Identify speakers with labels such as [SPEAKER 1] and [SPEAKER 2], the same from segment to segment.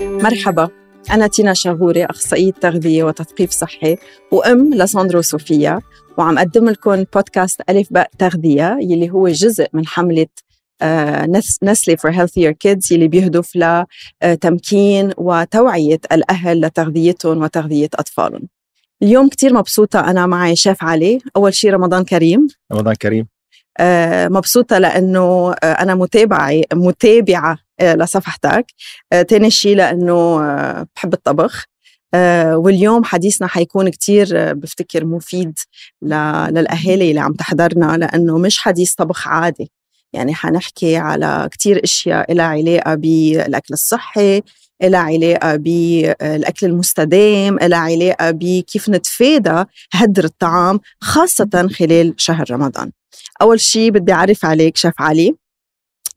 [SPEAKER 1] مرحبا أنا تينا شاهوري أخصائية تغذية وتثقيف صحي وأم لساندرا وصوفيا وعم أقدم لكم بودكاست ألف باء تغذية يلي هو جزء من حملة آه، نسلي فور هيلثير كيدز يلي بيهدف لتمكين وتوعية الأهل لتغذيتهم وتغذية أطفالهم اليوم كتير مبسوطة أنا معي شيف علي أول شيء رمضان كريم
[SPEAKER 2] رمضان كريم
[SPEAKER 1] آه، مبسوطة لأنه آه، أنا متابعة متابعة آه، لصفحتك آه، تاني شيء لأنه آه، بحب الطبخ آه، واليوم حديثنا حيكون كتير آه، بفتكر مفيد للأهالي اللي عم تحضرنا لأنه مش حديث طبخ عادي يعني حنحكي على كتير اشياء لها علاقه بالاكل الصحي لها علاقه بالاكل المستدام لها علاقه بكيف نتفادى هدر الطعام خاصه خلال شهر رمضان اول شيء بدي اعرف عليك شيف علي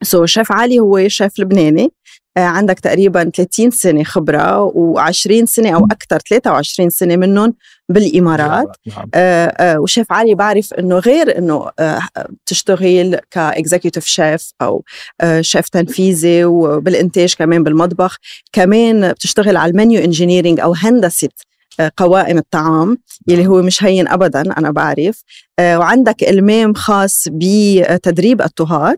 [SPEAKER 1] سو so, شيف علي هو شيف لبناني آه، عندك تقريبا 30 سنة خبرة و20 سنة أو أكثر 23 سنة منهم بالإمارات
[SPEAKER 2] نعم.
[SPEAKER 1] آه آه وشيف علي بعرف أنه غير أنه آه تشتغل كإكزيكتيف شيف أو شيف تنفيذي وبالإنتاج كمان بالمطبخ كمان بتشتغل على المنيو انجينيرينج أو هندسة آه، قوائم الطعام يلي هو مش هين ابدا انا بعرف آه، وعندك المام خاص بتدريب الطهاة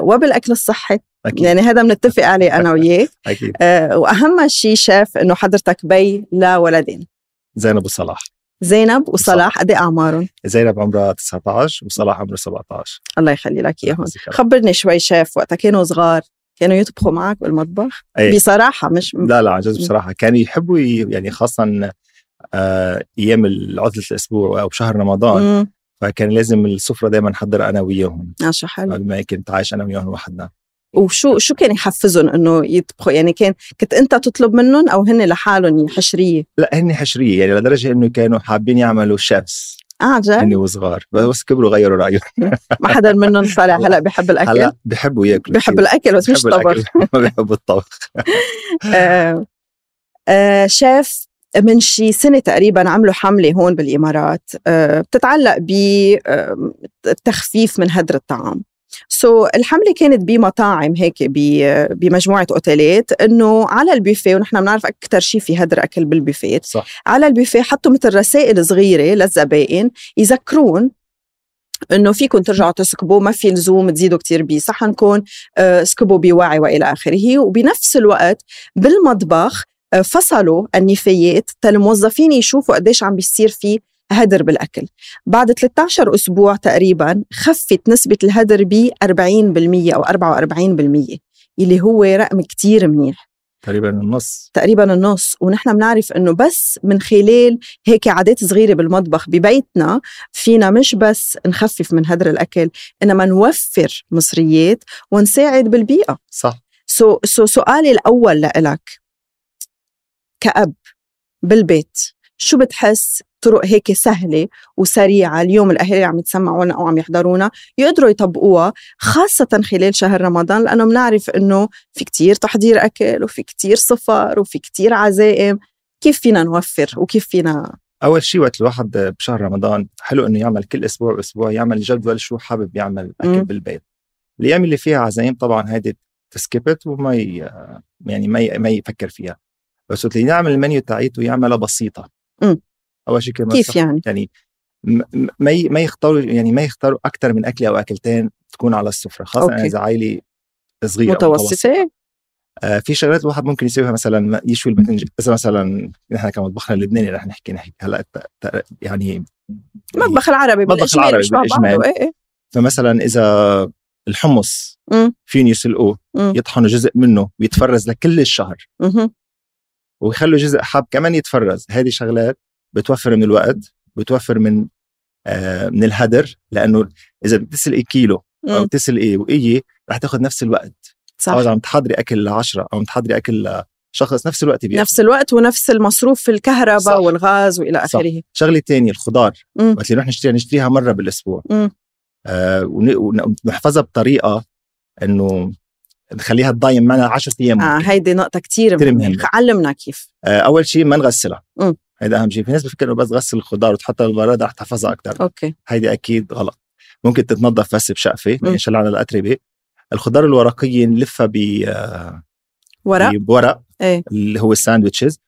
[SPEAKER 1] وبالاكل الصحي
[SPEAKER 2] أكيد.
[SPEAKER 1] يعني هذا بنتفق عليه انا وياك
[SPEAKER 2] اكيد
[SPEAKER 1] آه، واهم شيء شاف انه حضرتك بي لولدين
[SPEAKER 2] زينب وصلاح
[SPEAKER 1] زينب وصلاح قد إيه اعمارهم
[SPEAKER 2] زينب عمرها 19 وصلاح عمره 17
[SPEAKER 1] الله يخلي لك اياهم
[SPEAKER 2] يعطيك العافية.
[SPEAKER 1] خبرني شوي شاف وقتها كانوا صغار كانوا يطبخوا معك بالمطبخ
[SPEAKER 2] إيه.
[SPEAKER 1] بصراحه مش
[SPEAKER 2] لا لا عن جد بصراحه كانوا يحبوا ي- يعني خاصه آه ايام عطله الاسبوع او بشهر رمضان
[SPEAKER 1] مم.
[SPEAKER 2] فكان لازم السفره دائما احضر انا وياهم
[SPEAKER 1] آه، شو حلو
[SPEAKER 2] بما إني كنت عايش انا وياهم لوحدنا
[SPEAKER 1] وشو شو كان يحفزهم انه يطبخوا يعني كان كنت انت تطلب منهم او هن لحالهم حشريه
[SPEAKER 2] لا هن حشريه يعني لدرجه انه كانوا حابين يعملوا شيفs
[SPEAKER 1] اه عن جد
[SPEAKER 2] هن وصغار بس كبروا غيروا رايهم
[SPEAKER 1] ما حدا منهم طلع هلا بحب الاكل
[SPEAKER 2] هلا بحبوا ياكلوا
[SPEAKER 1] بحب الاكل بس مش
[SPEAKER 2] بحبوا
[SPEAKER 1] طبخ
[SPEAKER 2] الأكل، بحبوا الطبخ
[SPEAKER 1] آه، آه، شاف من شي سنة تقريبا عملوا حملة هون بالإمارات آه، بتتعلق بالتخفيف من هدر الطعام سو so, الحملة كانت بمطاعم هيك ب- بمجموعة أوتيلات إنه على البوفيه ونحن بنعرف أكثر شيء في هدر أكل بالبوفيه
[SPEAKER 2] صح
[SPEAKER 1] على البوفيه حطوا مثل رسائل صغيره للزبائن يذكرون انه فيكم ترجعوا تسكبوا ما في لزوم تزيدوا كتير بصحنكم آه، اسكبوا بوعي والى اخره وبنفس الوقت بالمطبخ آه، فصلوا النفايات للموظفين يشوفوا قديش عم بيصير في هدر بالاكل بعد 13 اسبوع تقريبا خفت نسبه الهدر ب 40% او 44% اللي هو رقم كتير منيح
[SPEAKER 2] تقريبا النص
[SPEAKER 1] تقريبا النص ونحن بنعرف انه بس من خلال هيك عادات صغيره بالمطبخ ببيتنا فينا مش بس نخفف من هدر الاكل انما نوفر مصريات ونساعد بالبيئه
[SPEAKER 2] صح
[SPEAKER 1] سو سو سؤالي الاول لإلك كأب بالبيت شو بتحس طرق هيك سهلة وسريعة اليوم الأهالي اللي عم يتسمعونا أو عم يحضرونا يقدروا يطبقوها خاصة خلال شهر رمضان لأنه بنعرف إنه في كتير تحضير أكل وفي كتير سفر وفي كتير عزائم كيف فينا نوفر وكيف فينا
[SPEAKER 2] اول شيء وقت الواحد بشهر رمضان حلو انه يعمل كل اسبوع واسبوع يعمل جدول شو حابب يعمل اكل
[SPEAKER 1] مم.
[SPEAKER 2] مم. بالبيت الايام اللي فيها عزايم طبعا هيدي تسكبت وما ي... يعني ما ي... ما يفكر فيها بس وقت اللي يعمل المنيو تاعيته يعملها بسيطه
[SPEAKER 1] مم.
[SPEAKER 2] اول شيء كمان
[SPEAKER 1] كيف يعني
[SPEAKER 2] يعني م- م- ما ي- ما يختاروا يعني ما يختاروا اكثر من اكله او اكلتين تكون على السفره خاصه
[SPEAKER 1] أوكي.
[SPEAKER 2] اذا عائله صغيره أو
[SPEAKER 1] متوسطة
[SPEAKER 2] آه، في شغلات الواحد ممكن يسويها مثلا ما- يشوي الباذنجان اذا مثلا نحن كمطبخنا اللبناني رح نحكي نحكي هلا الت- الت- يعني
[SPEAKER 1] المطبخ العربي
[SPEAKER 2] المطبخ
[SPEAKER 1] بالإجمال
[SPEAKER 2] العربي
[SPEAKER 1] مش مع
[SPEAKER 2] بالإجمال.
[SPEAKER 1] بعضه إيه إيه.
[SPEAKER 2] فمثلا اذا الحمص
[SPEAKER 1] مم.
[SPEAKER 2] فين يسلقوه
[SPEAKER 1] مم.
[SPEAKER 2] يطحنوا جزء منه ويتفرز لكل الشهر
[SPEAKER 1] مهم.
[SPEAKER 2] ويخلوا جزء حب كمان يتفرز هذه شغلات بتوفر من الوقت بتوفر من آه من الهدر لانه اذا بدك تسلقي كيلو او
[SPEAKER 1] مم.
[SPEAKER 2] تسلقي وقيه رح تاخذ نفس الوقت
[SPEAKER 1] صح
[SPEAKER 2] او اذا عم تحضري اكل لعشرة او عم تحضري اكل لشخص نفس الوقت بياخذ
[SPEAKER 1] نفس الوقت ونفس المصروف في
[SPEAKER 2] صح.
[SPEAKER 1] الكهرباء والغاز والى
[SPEAKER 2] صح.
[SPEAKER 1] اخره
[SPEAKER 2] شغله تانية الخضار
[SPEAKER 1] مم.
[SPEAKER 2] وقت اللي نروح نشتريها نشتريها مره بالاسبوع
[SPEAKER 1] مم.
[SPEAKER 2] آه ون- ون- ونحفظها بطريقه انه نخليها تضايم معنا 10 ايام
[SPEAKER 1] آه
[SPEAKER 2] آه.
[SPEAKER 1] هيدي نقطة كتير
[SPEAKER 2] كتير
[SPEAKER 1] مهمة
[SPEAKER 2] مهمة.
[SPEAKER 1] علمنا كيف
[SPEAKER 2] آه اول شيء ما نغسلها
[SPEAKER 1] مم.
[SPEAKER 2] هيدا اهم شيء في ناس بفكر انه بس غسل الخضار وتحطها بالبراد رح تحفظها اكثر
[SPEAKER 1] اوكي
[SPEAKER 2] هيدي اكيد غلط ممكن تتنظف بس يعني بشقفه
[SPEAKER 1] مم.
[SPEAKER 2] ان شاء الله على الاتربه الخضار الورقيه نلفها ب آه،
[SPEAKER 1] ورق
[SPEAKER 2] بورق
[SPEAKER 1] إيه.
[SPEAKER 2] اللي هو الساندويتشز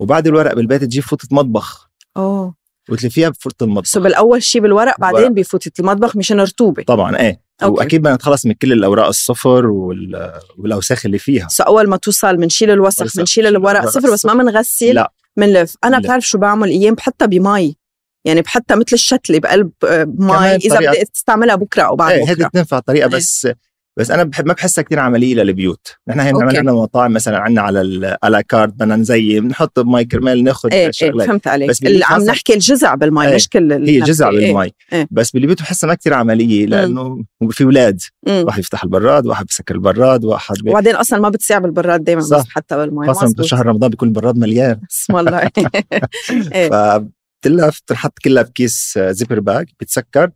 [SPEAKER 2] وبعد الورق بالبيت تجيب فوطه مطبخ
[SPEAKER 1] اوه
[SPEAKER 2] وتلفيها بفوطه المطبخ
[SPEAKER 1] سو بالاول شيء بالورق بعدين
[SPEAKER 2] ورق.
[SPEAKER 1] بفوتة المطبخ مشان رطوبه
[SPEAKER 2] طبعا ايه
[SPEAKER 1] أوكي.
[SPEAKER 2] واكيد بدنا نتخلص من كل الاوراق الصفر وال... والاوساخ اللي فيها
[SPEAKER 1] سو اول ما توصل بنشيل الوسخ
[SPEAKER 2] الوسخ،
[SPEAKER 1] بنشيل الورق
[SPEAKER 2] الورق
[SPEAKER 1] صفر بس ما بنغسل
[SPEAKER 2] لا
[SPEAKER 1] بنلف انا
[SPEAKER 2] لا.
[SPEAKER 1] بتعرف شو بعمل ايام بحطها بمي يعني بحطها مثل الشتله بقلب آه، مي
[SPEAKER 2] كمان
[SPEAKER 1] اذا
[SPEAKER 2] طريقة-
[SPEAKER 1] بدي استعملها بكره او بعد
[SPEAKER 2] ايه هذه
[SPEAKER 1] بكره
[SPEAKER 2] بتنفع طريقه
[SPEAKER 1] إيه.
[SPEAKER 2] بس بس انا بحب ما بحسها كثير عمليه للبيوت نحن هي
[SPEAKER 1] أوكي.
[SPEAKER 2] بنعملها عندنا مطاعم مثلا عندنا على ال- على كارت بدنا نزين بنحط بمي كرمال ناخذ
[SPEAKER 1] ايه ايه
[SPEAKER 2] شغلات
[SPEAKER 1] فهمت عليك
[SPEAKER 2] بس
[SPEAKER 1] اللي عم
[SPEAKER 2] بالمفصل-
[SPEAKER 1] نحكي الجزع بالمي
[SPEAKER 2] إيه،
[SPEAKER 1] مش كل
[SPEAKER 2] هي
[SPEAKER 1] النبتة.
[SPEAKER 2] جزع
[SPEAKER 1] إيه.
[SPEAKER 2] بالمي
[SPEAKER 1] إيه.
[SPEAKER 2] بس بالبيوت بحسها ما كثير عمليه لانه في اولاد
[SPEAKER 1] مم.
[SPEAKER 2] واحد يفتح البراد واحد بيسكر البراد واحد بي...
[SPEAKER 1] وبعدين اصلا ما بتسيع بالبراد دائما
[SPEAKER 2] صح.
[SPEAKER 1] بس حتى بالمي
[SPEAKER 2] خاصه
[SPEAKER 1] مزبوط.
[SPEAKER 2] بشهر رمضان بيكون البراد مليان
[SPEAKER 1] اسم الله إيه.
[SPEAKER 2] فبتلف بتنحط كلها بكيس آه، زيبر باك بتسكر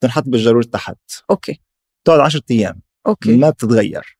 [SPEAKER 2] بتنحط بالجرور تحت
[SPEAKER 1] اوكي
[SPEAKER 2] بتقعد 10 ايام
[SPEAKER 1] اوكي
[SPEAKER 2] ما بتتغير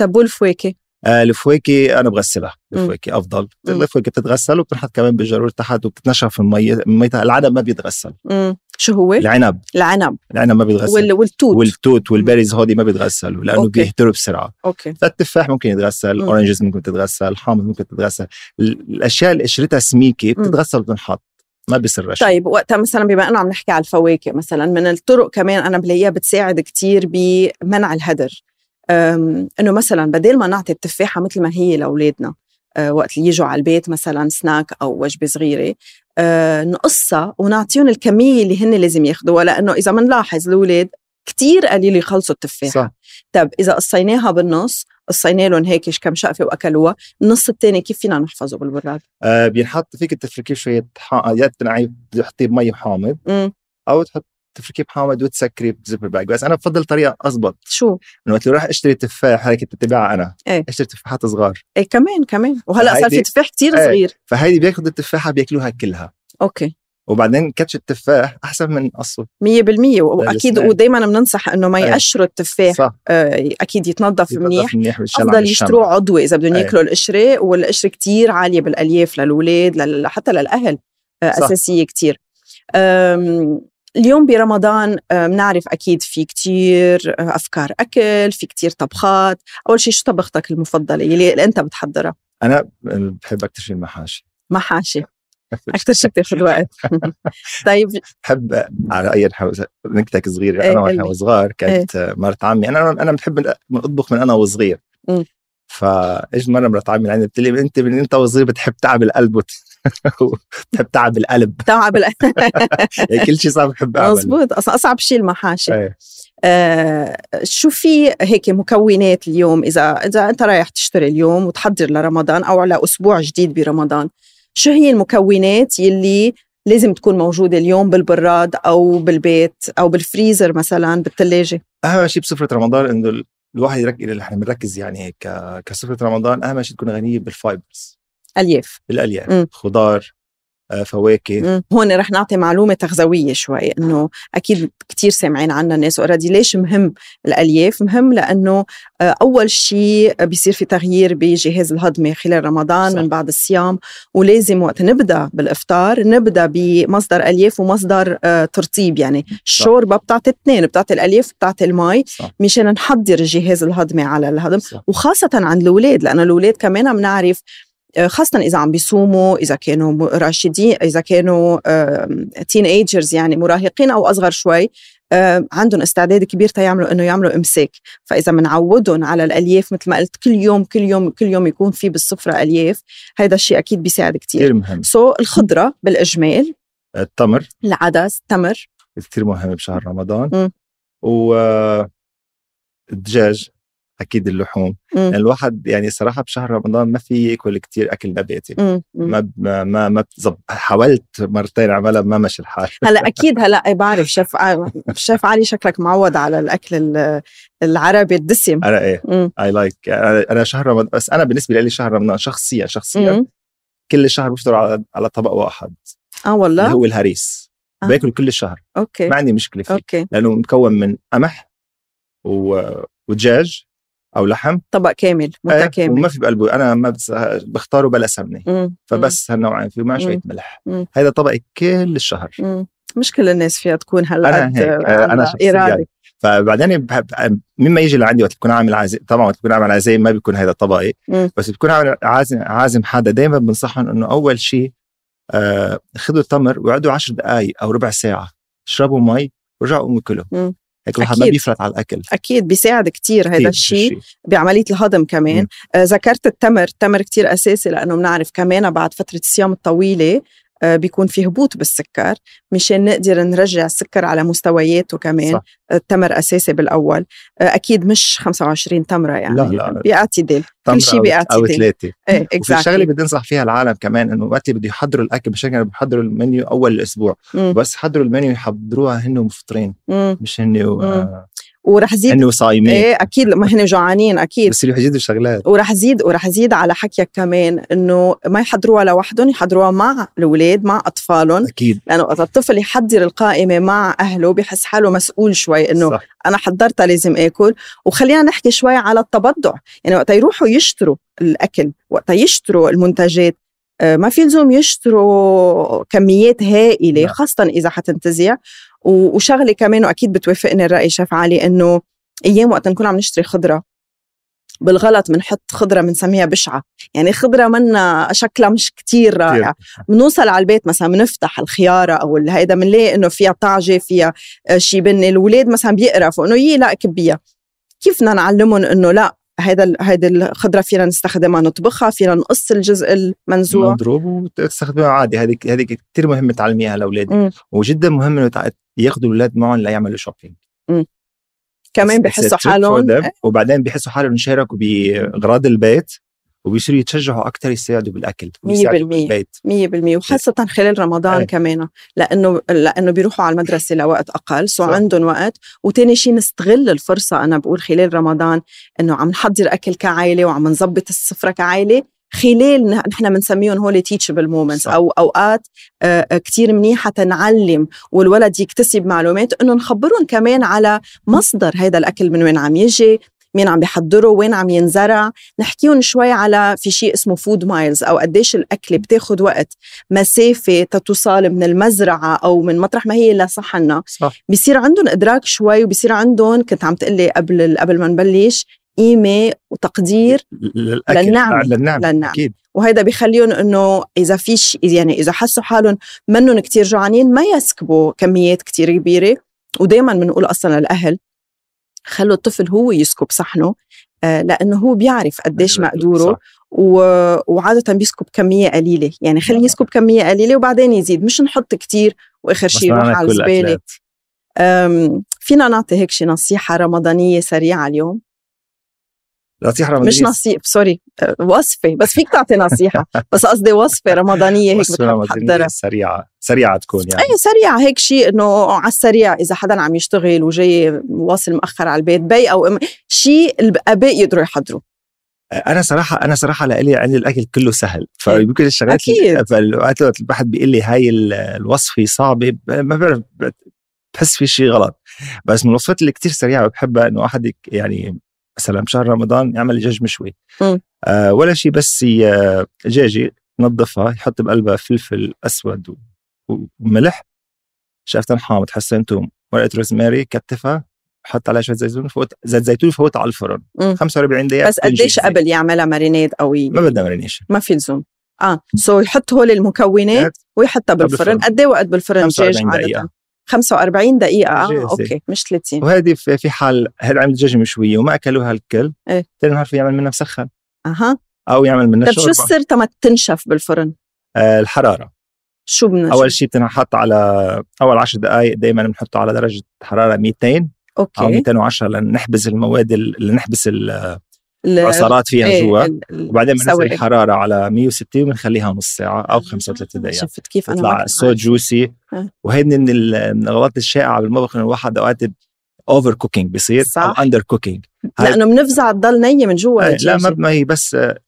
[SPEAKER 1] طب والفواكه
[SPEAKER 2] آه، الفواكه انا بغسلها
[SPEAKER 1] مم.
[SPEAKER 2] الفواكه افضل
[SPEAKER 1] مم.
[SPEAKER 2] الفواكه بتتغسل وبتنحط كمان بالجرور تحت وبتتنشف في المي ميتها العنب ما بيتغسل
[SPEAKER 1] مم. شو هو؟
[SPEAKER 2] العنب
[SPEAKER 1] العنب
[SPEAKER 2] العنب ما بيتغسل
[SPEAKER 1] وال... إيه؟ والتوت
[SPEAKER 2] والتوت والبيريز هودي ما بيتغسلوا لانه
[SPEAKER 1] أوكي.
[SPEAKER 2] بيهتروا بسرعه
[SPEAKER 1] اوكي
[SPEAKER 2] فالتفاح ممكن يتغسل
[SPEAKER 1] مم.
[SPEAKER 2] اورنجز ممكن تتغسل الحامض ممكن تتغسل ال- الاشياء اللي قشرتها سميكه
[SPEAKER 1] مم.
[SPEAKER 2] بتتغسل وبتنحط ما بيصير رش
[SPEAKER 1] طيب وقتها مثلا بما انه عم نحكي على الفواكه مثلا من الطرق كمان انا بلاقيها بتساعد كتير بمنع الهدر أم، انه مثلا بدل ما نعطي التفاحه مثل ما هي لاولادنا أه، وقت اللي يجوا على البيت مثلا سناك او وجبه صغيره أه، نقصها ونعطيهم الكميه اللي هن لازم ياخذوها لانه اذا بنلاحظ الاولاد كتير قليل يخلصوا التفاحه
[SPEAKER 2] صح
[SPEAKER 1] طب اذا قصيناها بالنص قصينا لهم هيك ش- كم شقفه واكلوها النص الثاني كيف فينا نحفظه بالبراد
[SPEAKER 2] آه بينحط فيك تفركيه شويه حا... يا تنعي تحطيه بمي وحامض
[SPEAKER 1] امم
[SPEAKER 2] او تحط تفركيه بحامض وتسكري بزبر باك بس انا بفضل طريقه اضبط
[SPEAKER 1] شو
[SPEAKER 2] انه وقت اللي راح اشتري تفاح هيك تتبعها انا
[SPEAKER 1] إيه.
[SPEAKER 2] اشتري تفاحات صغار
[SPEAKER 1] ايه كمان كمان وهلا صار في
[SPEAKER 2] هيدي-
[SPEAKER 1] تفاح كتير
[SPEAKER 2] إيه.
[SPEAKER 1] صغير
[SPEAKER 2] فهيدي بياخذ التفاحه بياكلوها كلها
[SPEAKER 1] اوكي
[SPEAKER 2] وبعدين كاتش التفاح احسن من قصه
[SPEAKER 1] 100% واكيد
[SPEAKER 2] السنان.
[SPEAKER 1] ودائما بننصح انه ما
[SPEAKER 2] إيه.
[SPEAKER 1] يقشروا التفاح
[SPEAKER 2] صح
[SPEAKER 1] آه، اكيد يتنظف
[SPEAKER 2] يتنظف
[SPEAKER 1] منيح
[SPEAKER 2] منيح ويشال عن
[SPEAKER 1] افضل
[SPEAKER 2] الشمع.
[SPEAKER 1] يشتروه عضوي اذا بدهم
[SPEAKER 2] إيه.
[SPEAKER 1] ياكلوا القشره والقشره كتير عاليه بالالياف للاولاد لل- حتى للاهل آه،
[SPEAKER 2] صح.
[SPEAKER 1] اساسيه كتير أم، اليوم برمضان بنعرف اكيد في كتير آه، افكار اكل في كتير طبخات اول شيء شو طبختك المفضله يلي اللي انت بتحضرها
[SPEAKER 2] انا بحب اكتشف المحاشي
[SPEAKER 1] محاشي اكثر شيء بتاخذ وقت طيب
[SPEAKER 2] بحب على اي حو- نكتك صغيره
[SPEAKER 1] إيه،
[SPEAKER 2] انا
[SPEAKER 1] قلي.
[SPEAKER 2] وانا وأنا صغير كانت مرت عمي انا انا بحب من- من اطبخ من انا وصغير
[SPEAKER 1] مم.
[SPEAKER 2] فاجت مره مرت عمي يعني لعندي قلت لي انت من انت وصغير بتحب تعب القلب وت- بتحب تعب القلب
[SPEAKER 1] تعب الأ-
[SPEAKER 2] يعني كل شيء صعب بحب اعمله
[SPEAKER 1] مزبوط أص- اصعب شيء المحاشي
[SPEAKER 2] إيه.
[SPEAKER 1] آه، شو في هيك مكونات اليوم اذا اذا انت رايح تشتري اليوم وتحضر لرمضان او على اسبوع جديد برمضان شو هي المكونات يلي لازم تكون موجوده اليوم بالبراد او بالبيت او بالفريزر مثلا بالثلاجه
[SPEAKER 2] اهم شيء بسفره رمضان انه ال- الواحد يركز اللي احنا بنركز يعني ك- كسفره رمضان اهم شيء تكون غنيه بالفايبرز
[SPEAKER 1] الياف مم.
[SPEAKER 2] بالالياف خضار آه، فواكه
[SPEAKER 1] مم. هون رح نعطي معلومه تغذويه شوي انه اكيد كتير سامعين عنها الناس اوريدي ليش مهم الالياف مهم لانه آه، اول شيء بيصير في تغيير بجهاز الهضمي خلال رمضان
[SPEAKER 2] صح.
[SPEAKER 1] من بعد الصيام ولازم وقت نبدا بالافطار نبدا بمصدر الياف ومصدر آه، ترطيب يعني الشوربه بتعطي اثنين بتعطي الالياف وبتعطي المي
[SPEAKER 2] صح.
[SPEAKER 1] مشان نحضر الجهاز الهضمي على الهضم
[SPEAKER 2] صح.
[SPEAKER 1] وخاصة عند الأولاد لأن الأولاد كمان بنعرف آه، خاصة إذا عم بيصوموا إذا كانوا م- راشدين إذا كانوا تين ايجرز يعني مراهقين أو أصغر شوي آه، عندهم استعداد كبير تيعملوا انه يعملوا امساك فاذا بنعودهم على الالياف مثل ما قلت كل يوم كل يوم كل يوم يكون في بالسفره الياف هذا الشيء اكيد بيساعد كثير
[SPEAKER 2] كثير مهم
[SPEAKER 1] سو so, الخضره بالاجمال
[SPEAKER 2] التمر
[SPEAKER 1] العدس تمر
[SPEAKER 2] كثير مهم بشهر
[SPEAKER 1] مم.
[SPEAKER 2] رمضان و آه، الدجاج اكيد اللحوم يعني
[SPEAKER 1] مم.
[SPEAKER 2] الواحد يعني صراحه بشهر رمضان ما في ياكل كثير اكل نباتي
[SPEAKER 1] مم. مم.
[SPEAKER 2] ما ما ما, ما بتزب... حاولت مرتين اعملها ما مشي الحال
[SPEAKER 1] هلا اكيد هلا أي إيه، بعرف شيف ع- شيف علي شكلك معود على الاكل ال- العربي الدسم
[SPEAKER 2] انا ايه
[SPEAKER 1] مم.
[SPEAKER 2] اي لايك انا شهر رمضان بس انا بالنسبه لي شهر رمضان شخصيا شخصيا
[SPEAKER 1] مم.
[SPEAKER 2] كل شهر بفطر على على طبق واحد
[SPEAKER 1] اه
[SPEAKER 2] اللي
[SPEAKER 1] والله
[SPEAKER 2] هو الهريس
[SPEAKER 1] آه. إيه.
[SPEAKER 2] باكل كل الشهر
[SPEAKER 1] اوكي
[SPEAKER 2] ما عندي مشكله فيه
[SPEAKER 1] اوكي
[SPEAKER 2] لانه مكون من قمح و... ودجاج او لحم
[SPEAKER 1] طبق كامل
[SPEAKER 2] آه،
[SPEAKER 1] متكامل
[SPEAKER 2] وما في بقلبه انا ما بس... بختاره بلا سمنه
[SPEAKER 1] مم.
[SPEAKER 2] فبس هالنوعين فيه مع شويه
[SPEAKER 1] مم.
[SPEAKER 2] ملح
[SPEAKER 1] مم.
[SPEAKER 2] هذا طبقي كل الشهر
[SPEAKER 1] مم. مم. مش كل الناس فيها تكون آه، هلا
[SPEAKER 2] أنا هيك، آه، أنا شخصياً. فبعدين بحب- مما يجي لعندي وقت بكون عامل عزايم طبعا وقت بكون عامل عزايم ما بيكون هذا طبقي
[SPEAKER 1] مم.
[SPEAKER 2] بس بكون عامل عازم عازم حدا دائما بنصحهم انه اول شيء آه خذوا تمر وقعدوا 10 دقائق او ربع ساعه اشربوا مي ورجعوا قوموا كلوا
[SPEAKER 1] مم.
[SPEAKER 2] هيك الواحد ما
[SPEAKER 1] أكيد.
[SPEAKER 2] بيفلت على الاكل
[SPEAKER 1] اكيد بيساعد كتير هذا
[SPEAKER 2] كتير
[SPEAKER 1] الشيء
[SPEAKER 2] هالشي.
[SPEAKER 1] بعمليه الهضم كمان
[SPEAKER 2] مم.
[SPEAKER 1] آه، ذكرت التمر التمر كتير اساسي لانه بنعرف كمان بعد فتره الصيام الطويله آه، بيكون في هبوط بالسكر مشان نقدر نرجع السكر على مستوياته كمان
[SPEAKER 2] صح.
[SPEAKER 1] صح. التمر اساسي بالاول آه، اكيد مش 25 تمره يعني
[SPEAKER 2] لا، لا، لا.
[SPEAKER 1] باعتدال
[SPEAKER 2] تمرة
[SPEAKER 1] شي
[SPEAKER 2] أو- او
[SPEAKER 1] باعتدال.
[SPEAKER 2] ثلاثه
[SPEAKER 1] ايه
[SPEAKER 2] وفي شغله
[SPEAKER 1] اكزاكتلي
[SPEAKER 2] بدي انصح فيها العالم كمان انه وقت اللي بده يحضروا الاكل بشكل بحضروا المنيو اول الاسبوع بس حضروا المنيو يحضروها هن مفطرين مش هن و-
[SPEAKER 1] مم.
[SPEAKER 2] آه،
[SPEAKER 1] وراح زيد
[SPEAKER 2] هن وصايمين
[SPEAKER 1] ايه اكيد ما هن جوعانين اكيد
[SPEAKER 2] بصيروا يجدوا شغلات
[SPEAKER 1] ورح زيد ورح زيد على حكيك كمان انه ما يحضروها لوحدهم يحضروها مع الاولاد مع اطفالهم
[SPEAKER 2] اكيد
[SPEAKER 1] لانه وقت الطفل يحضر القائمه مع اهله بحس حاله مسؤول شوي انه
[SPEAKER 2] صح.
[SPEAKER 1] انا حضرتها لازم اكل وخلينا نحكي شوي على التبضع يعني وقت يروحوا يشتروا الاكل وقت يشتروا المنتجات آه، ما في لزوم يشتروا كميات هائله
[SPEAKER 2] نعم.
[SPEAKER 1] خاصه اذا حتنتزع و- وشغله كمان واكيد بتوافقني الراي شاف علي انه ايام وقت نكون عم نشتري خضره بالغلط بنحط خضره بنسميها بشعه يعني خضره منا شكلها مش كتير رائع بنوصل على البيت مثلا بنفتح الخياره او ال- هيدا بنلاقي انه فيها طعجه فيها آه، شي بني الاولاد مثلا بيقرفوا انه يي لا كبيها كيف بدنا نعلمهم انه لا هيدا ال- هيدي الخضره فينا نستخدمها نطبخها فينا نقص الجزء المنزوع
[SPEAKER 2] مضروب وتستخدمها عادي هذيك هذيك كثير مهم تعلميها لاولادك
[SPEAKER 1] مم.
[SPEAKER 2] وجدا مهم انه تع- ياخذوا الاولاد معهم ليعملوا شوبينج
[SPEAKER 1] كمان
[SPEAKER 2] It's- it's a
[SPEAKER 1] بحسوا
[SPEAKER 2] trip for
[SPEAKER 1] حالهم
[SPEAKER 2] them. وبعدين بيحسوا حالهم شاركوا باغراض البيت وبيصيروا يتشجعوا اكثر يساعدوا بالاكل ويساعدوا
[SPEAKER 1] 100%.
[SPEAKER 2] بالبيت
[SPEAKER 1] 100% وخاصة خلال رمضان
[SPEAKER 2] إيه.
[SPEAKER 1] أي. كمان لأنه لأنه بيروحوا على المدرسة لوقت أقل سو
[SPEAKER 2] صح.
[SPEAKER 1] عندهم وقت وتاني شيء نستغل الفرصة أنا بقول خلال رمضان إنه عم نحضر أكل كعائلة وعم نظبط السفرة كعائلة خلال نه- نحن بنسميهم هول تيتشبل مومنتس
[SPEAKER 2] صح.
[SPEAKER 1] او اوقات كثير منيحه تنعلم والولد يكتسب معلومات انه نخبرهم كمان على مصدر هذا الاكل من وين عم يجي مين عم بيحضره وين عم ينزرع نحكيهم شوي على في شيء اسمه فود مايلز او قديش الاكله بتاخد وقت مسافه تتوصل من المزرعه او من مطرح ما هي لصحنا
[SPEAKER 2] صح
[SPEAKER 1] بصير عندهم ادراك شوي وبصير عندهم كنت عم تقلي قبل قبل ما نبلش قيمه وتقدير
[SPEAKER 2] للاكل
[SPEAKER 1] للنعمة.
[SPEAKER 2] للنعمه
[SPEAKER 1] للنعمة.
[SPEAKER 2] اكيد
[SPEAKER 1] وهيدا بخليهم انه اذا في شي- يعني اذا حسوا حالهم منهم كتير جوعانين ما يسكبوا كميات كتير كبيره ودائما بنقول اصلا للاهل خلوا الطفل هو يسكب صحنه آه، لانه هو بيعرف قديش مقدوره
[SPEAKER 2] صح.
[SPEAKER 1] و... وعاده بيسكب كميه قليله يعني
[SPEAKER 2] آه.
[SPEAKER 1] خليه يسكب كميه قليله وبعدين يزيد مش نحط كتير واخر شيء
[SPEAKER 2] بس ما
[SPEAKER 1] يروح
[SPEAKER 2] عندك
[SPEAKER 1] على
[SPEAKER 2] كل
[SPEAKER 1] الزباله
[SPEAKER 2] الأكلات.
[SPEAKER 1] أم، فينا نعطي هيك شي نصيحه رمضانيه سريعه اليوم
[SPEAKER 2] نصيحه رمضانيه
[SPEAKER 1] مش نصيحه سوري أه، وصفه بس فيك تعطي نصيحه بس قصدي وصفه رمضانيه هيك أيوة.
[SPEAKER 2] وصفة
[SPEAKER 1] بتحب
[SPEAKER 2] رمضانية
[SPEAKER 1] تحضرها
[SPEAKER 2] سريعه سريعه تكون يعني
[SPEAKER 1] اي سريعه إيه، هيك شيء انه على السريع اذا حدا عم يشتغل وجاي واصل مأخر على البيت بي او ام شيء الاباء يقدروا يحضروا
[SPEAKER 2] انا صراحه انا صراحه لإلي عندي الاكل يعني كله سهل فيمكن الشغلات
[SPEAKER 1] أكيد.
[SPEAKER 2] فالوقت وقت الواحد بيقول لي هاي ال- الوصفه صعبه ب- ما بعرف ب- بحس في شيء غلط بس من الوصفات اللي كتير سريعه بحبها انه واحد يك- يعني مثلا بشهر رمضان يعمل دجاج مشوي
[SPEAKER 1] مم.
[SPEAKER 2] آه ولا شيء بس ي- آه، دجاجه ينظفها يحط بقلبها فلفل اسود و- و- وملح شافتها حامض حسن توم ورقه روزماري كتفها حط عليها شويه زيت زيتون فوت زيت زيتون فوتها على الفرن
[SPEAKER 1] مم.
[SPEAKER 2] 45 دقيقه
[SPEAKER 1] بس
[SPEAKER 2] بتنجز
[SPEAKER 1] قديش
[SPEAKER 2] زي-
[SPEAKER 1] قبل يعملها مارينيد قويه
[SPEAKER 2] ما بدنا مرينيش
[SPEAKER 1] ما في لزوم اه سو يحط هول المكونات ويحطها
[SPEAKER 2] قبل
[SPEAKER 1] بالفرن
[SPEAKER 2] الفرن.
[SPEAKER 1] قد ايه وقت بالفرن دجاج
[SPEAKER 2] 45 دقيقة.
[SPEAKER 1] عاده 45 دقيقة
[SPEAKER 2] جاهزة.
[SPEAKER 1] آه، اوكي مش 30
[SPEAKER 2] وهذه في في حال هذا عامل دجاجه مشويه وما اكلوها الكل
[SPEAKER 1] إيه.
[SPEAKER 2] ثاني نهار في يعمل منها مسخن
[SPEAKER 1] اها
[SPEAKER 2] او يعمل منها
[SPEAKER 1] طب شو
[SPEAKER 2] شوربه
[SPEAKER 1] السر تما تنشف بالفرن؟
[SPEAKER 2] آه الحراره
[SPEAKER 1] شو بدنا
[SPEAKER 2] اول شيء بتنحط على اول 10 دقائق دائما بنحطه على درجه حراره 200 او
[SPEAKER 1] اوكي
[SPEAKER 2] 210 لنحبس المواد اللي نحبس
[SPEAKER 1] ال-
[SPEAKER 2] العصارات فيها
[SPEAKER 1] آه، إيه،
[SPEAKER 2] جوا
[SPEAKER 1] ال- ال-
[SPEAKER 2] وبعدين بننزل
[SPEAKER 1] سوائل.
[SPEAKER 2] الحراره على 160 وبنخليها نص ساعه او 35
[SPEAKER 1] آه،
[SPEAKER 2] دقيقه
[SPEAKER 1] شفت كيف انا ما
[SPEAKER 2] بتطلع
[SPEAKER 1] كنت
[SPEAKER 2] سو جوسي
[SPEAKER 1] آه.
[SPEAKER 2] وهي من من ال- من الغلطات الشائعه بالمطبخ انه الواحد اوقات اوفر كوكينج بيصير او
[SPEAKER 1] صح.
[SPEAKER 2] اندر كوكينج هاي-
[SPEAKER 1] لانه بنفزع تضل نيه من جوا
[SPEAKER 2] آه، لا
[SPEAKER 1] الدجاجة.
[SPEAKER 2] ما ما هي بس آه،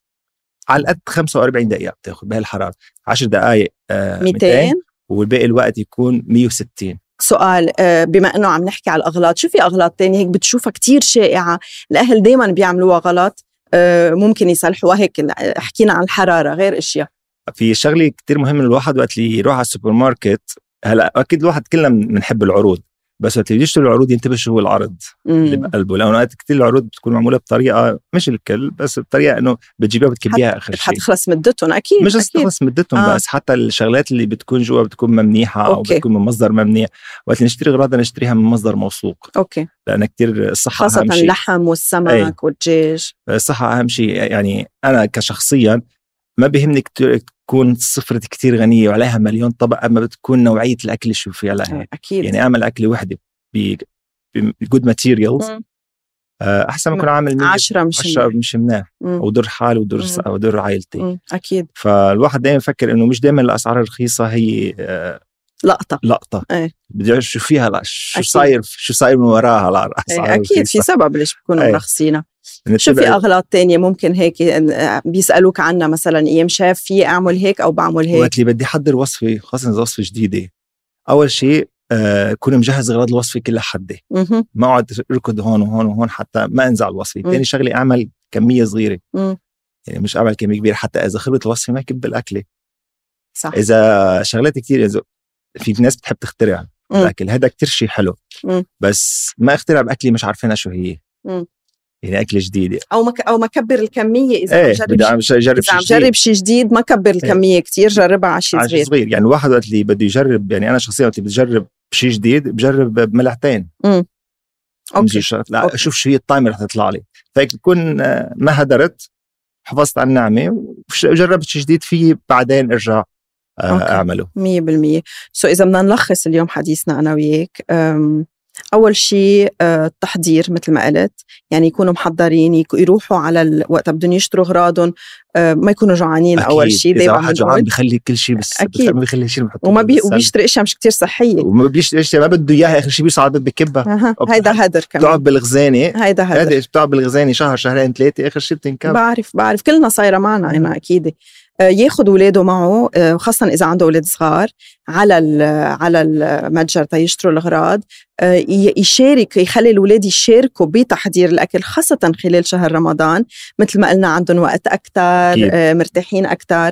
[SPEAKER 2] على القد 45 دقيقه بتاخذ بهالحراره 10 دقائق
[SPEAKER 1] 200
[SPEAKER 2] والباقي آه، الوقت يكون 160
[SPEAKER 1] سؤال آه، بما انه عم نحكي على الاغلاط شو في اغلاط تانية هيك بتشوفها كتير شائعه الاهل دائما بيعملوها غلط آه، ممكن يصلحوها هيك آه، حكينا عن الحراره غير اشياء
[SPEAKER 2] في شغله كتير مهمه الواحد وقت اللي يروح على السوبر ماركت هلا اكيد الواحد كلنا بنحب العروض بس وقت اللي بيجي يشتري العروض ينتبه شو هو العرض اللي
[SPEAKER 1] مم.
[SPEAKER 2] بقلبه لانه اوقات كثير العروض بتكون معموله بطريقه مش الكل بس بطريقه انه بتجيبها بتكبيها اخر شيء
[SPEAKER 1] حتخلص مدتهم اكيد
[SPEAKER 2] مش بس
[SPEAKER 1] اكيد
[SPEAKER 2] تخلص مدتهم
[SPEAKER 1] آه.
[SPEAKER 2] آه. بس حتى الشغلات اللي بتكون جوا بتكون ممنيحه او
[SPEAKER 1] أوكي.
[SPEAKER 2] بتكون من مصدر ممنوع وقت اللي نشتري اغراضنا نشتريها من مصدر موثوق
[SPEAKER 1] اوكي
[SPEAKER 2] لان كثير الصحه
[SPEAKER 1] خاصة
[SPEAKER 2] اهم شيء
[SPEAKER 1] اللحم
[SPEAKER 2] إيه.
[SPEAKER 1] والسمك والدجاج
[SPEAKER 2] الصحه اهم شيء يعني انا كشخصيا ما بيهمني كتير تكون سفرة كتير غنية وعليها مليون طبق أما بتكون نوعية الأكل شو فيها لها
[SPEAKER 1] إيه، اكيد
[SPEAKER 2] يعني أعمل أكلة وحدة بجود ماتيريالز
[SPEAKER 1] مم.
[SPEAKER 2] آه، أحسن ما أكون عامل منيو
[SPEAKER 1] عشرة مش
[SPEAKER 2] عشرة مش مناح
[SPEAKER 1] مم.
[SPEAKER 2] وضر حالي وضر
[SPEAKER 1] مم.
[SPEAKER 2] وضر عائلتي
[SPEAKER 1] مم. اكيد
[SPEAKER 2] فالواحد دائما يفكر انه مش دائما الاسعار الرخيصه هي آه،
[SPEAKER 1] لقطة
[SPEAKER 2] لقطه
[SPEAKER 1] إيه.
[SPEAKER 2] بدي اعرف شو فيها لا شو
[SPEAKER 1] أكيد.
[SPEAKER 2] صاير شو صاير من وراها لا يعني
[SPEAKER 1] إيه، اكيد في سبب ليش بكونوا
[SPEAKER 2] إيه.
[SPEAKER 1] مرخصينها
[SPEAKER 2] في
[SPEAKER 1] شو في اغلاط تانية ممكن هيك إن- بيسالوك عنها مثلا ايام شاف في اعمل هيك او بعمل هيك
[SPEAKER 2] وقت اللي بدي احضر وصفه خاصه اذا وصفه جديده اول شيء آه، كون مجهز اغراض الوصفه كلها حدي
[SPEAKER 1] مهم.
[SPEAKER 2] ما اقعد اركض هون وهون وهون حتى ما انزع الوصفه
[SPEAKER 1] مم.
[SPEAKER 2] ثاني شغله اعمل كميه صغيره
[SPEAKER 1] مم.
[SPEAKER 2] يعني مش اعمل كميه كبيره حتى اذا خلط الوصفه ما كب الاكله
[SPEAKER 1] صح
[SPEAKER 2] اذا شغلات كثير اذا في ناس بتحب تخترع
[SPEAKER 1] مم.
[SPEAKER 2] الاكل هذا كتير شيء حلو
[SPEAKER 1] مم.
[SPEAKER 2] بس ما اخترع باكله مش عارفينها شو هي
[SPEAKER 1] مم.
[SPEAKER 2] يعني اكله جديده
[SPEAKER 1] او ما ك- او ما كبر الكميه اذا عم
[SPEAKER 2] ايه
[SPEAKER 1] جرب
[SPEAKER 2] بدي
[SPEAKER 1] شي-
[SPEAKER 2] عم جرب
[SPEAKER 1] اذا
[SPEAKER 2] شيء
[SPEAKER 1] عم
[SPEAKER 2] جديد إيه.
[SPEAKER 1] جرب شيء جديد ما كبر الكميه كتير جربها على شيء
[SPEAKER 2] على شي
[SPEAKER 1] صغير
[SPEAKER 2] صغير يعني الواحد وقت اللي بده يجرب يعني انا شخصيا وقت اللي بجرب شيء جديد بجرب بملعقتين
[SPEAKER 1] اوكي
[SPEAKER 2] بمشي شرط- لا
[SPEAKER 1] أوكي.
[SPEAKER 2] اشوف شو هي الطعمه رح تطلع لي فهيك بكون آه، ما هدرت حفظت على النعمه وش- وجربت شيء جديد فيه بعدين ارجع آه،
[SPEAKER 1] أوكي.
[SPEAKER 2] اعمله
[SPEAKER 1] مية بالمية سو إذا بدنا نلخص اليوم حديثنا أنا وياك أم، أول شيء آه، التحضير مثل ما قلت يعني يكونوا محضرين يك- يروحوا على ال- وقت بدهم يشتروا أغراضهم آه، ما يكونوا جوعانين أول
[SPEAKER 2] أكيد.
[SPEAKER 1] شيء
[SPEAKER 2] اذا
[SPEAKER 1] دايما
[SPEAKER 2] واحد جوعان
[SPEAKER 1] بنقول.
[SPEAKER 2] بخلي كل شيء بس
[SPEAKER 1] أكيد.
[SPEAKER 2] ما بخلي شيء بحطه
[SPEAKER 1] وما بي...
[SPEAKER 2] بالسلة.
[SPEAKER 1] وبيشتري أشياء مش كتير صحية
[SPEAKER 2] وما بيشتري ما بده اياها اخر شيء بيوصل على البيت بكبها
[SPEAKER 1] أها. هيدا هدر كمان
[SPEAKER 2] بتقعد بالخزانه
[SPEAKER 1] هيدا هدر
[SPEAKER 2] هذا بتقعد بالخزانه شهر شهرين ثلاثه اخر شيء بتنكب
[SPEAKER 1] بعرف بعرف كلنا صايرة معنا أنا أكيد آه، ياخد اولاده معه آه، وخاصه اذا عنده اولاد صغار على ال- على المتجر تيشتروا الاغراض آه، ي- يشارك يخلي الاولاد يشاركوا بتحضير الاكل خاصه خلال شهر رمضان مثل ما قلنا عندهم وقت اكثر
[SPEAKER 2] أكيد.
[SPEAKER 1] مرتاحين اكثر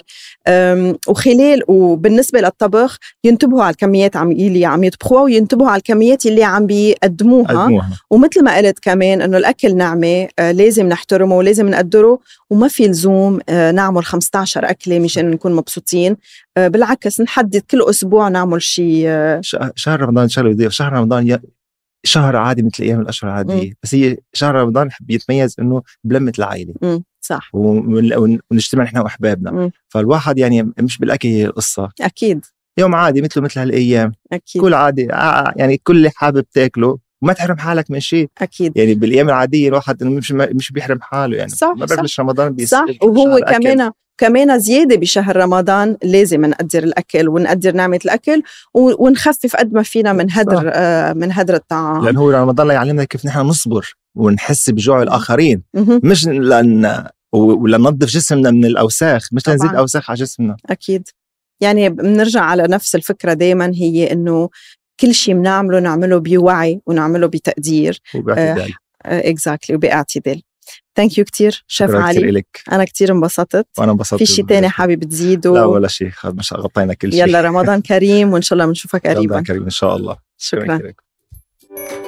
[SPEAKER 1] وخلال وبالنسبه للطبخ ينتبهوا على الكميات عم اللي عم يطبخوها وينتبهوا على الكميات اللي عم بيقدموها
[SPEAKER 2] قدموها
[SPEAKER 1] ومثل ما قلت كمان انه الاكل نعمه آه، لازم نحترمه ولازم نقدره وما في لزوم آه، نعمل 15 اكله مشان نكون مبسوطين آه، بالعكس نحدد كل اسبوع نعمل شيء آه،
[SPEAKER 2] شه- شهر رمضان شغله بدي شهر رمضان ي- شهر عادي مثل ايام الاشهر العاديه بس هي شهر رمضان بيتميز انه بلمه العائله
[SPEAKER 1] مم، صح
[SPEAKER 2] ون- ون- ونجتمع نحن
[SPEAKER 1] مم.
[SPEAKER 2] واحبابنا فالواحد يعني مش بالاكل هي القصه
[SPEAKER 1] اكيد
[SPEAKER 2] يوم عادي مثله مثل هالايام
[SPEAKER 1] اكيد
[SPEAKER 2] كل عادي ع- يعني كل اللي حابب تاكله وما تحرم حالك من شيء
[SPEAKER 1] اكيد
[SPEAKER 2] يعني بالايام العاديه الواحد إنه مش مش بيحرم حاله يعني
[SPEAKER 1] صح،
[SPEAKER 2] ما
[SPEAKER 1] صح.
[SPEAKER 2] بعرف ليش رمضان بيس-
[SPEAKER 1] صح
[SPEAKER 2] بيحرم
[SPEAKER 1] وهو
[SPEAKER 2] شعر أكل.
[SPEAKER 1] كمان كمان زيادة بشهر رمضان لازم نقدر الأكل ونقدر نعمة الأكل و- ونخفف قد ما فينا من هدر آه، من هدر الطعام
[SPEAKER 2] لان هو رمضان يعلمنا كيف نحن نصبر ونحس بجوع الاخرين
[SPEAKER 1] مهم.
[SPEAKER 2] مش لان و- ولننظف جسمنا من الاوساخ مش
[SPEAKER 1] طبعاً.
[SPEAKER 2] لنزيد اوساخ على جسمنا
[SPEAKER 1] أكيد يعني بنرجع على نفس الفكرة دايما هي إنه كل شيء بنعمله نعمله بوعي ونعمله بتقدير
[SPEAKER 2] وباعتدال
[SPEAKER 1] اكزاكتلي وباعتدال ثانك يو كثير شاف
[SPEAKER 2] شكراً كثير
[SPEAKER 1] علي
[SPEAKER 2] لك
[SPEAKER 1] انا كثير انبسطت
[SPEAKER 2] وانا انبسطت
[SPEAKER 1] في شيء تاني حابب تزيده
[SPEAKER 2] لا ولا شيء خلص مش غطينا كل شيء
[SPEAKER 1] يلا رمضان كريم وان شاء الله بنشوفك
[SPEAKER 2] رمضان
[SPEAKER 1] قريبا
[SPEAKER 2] كريم ان شاء الله
[SPEAKER 1] شكرا
[SPEAKER 2] لك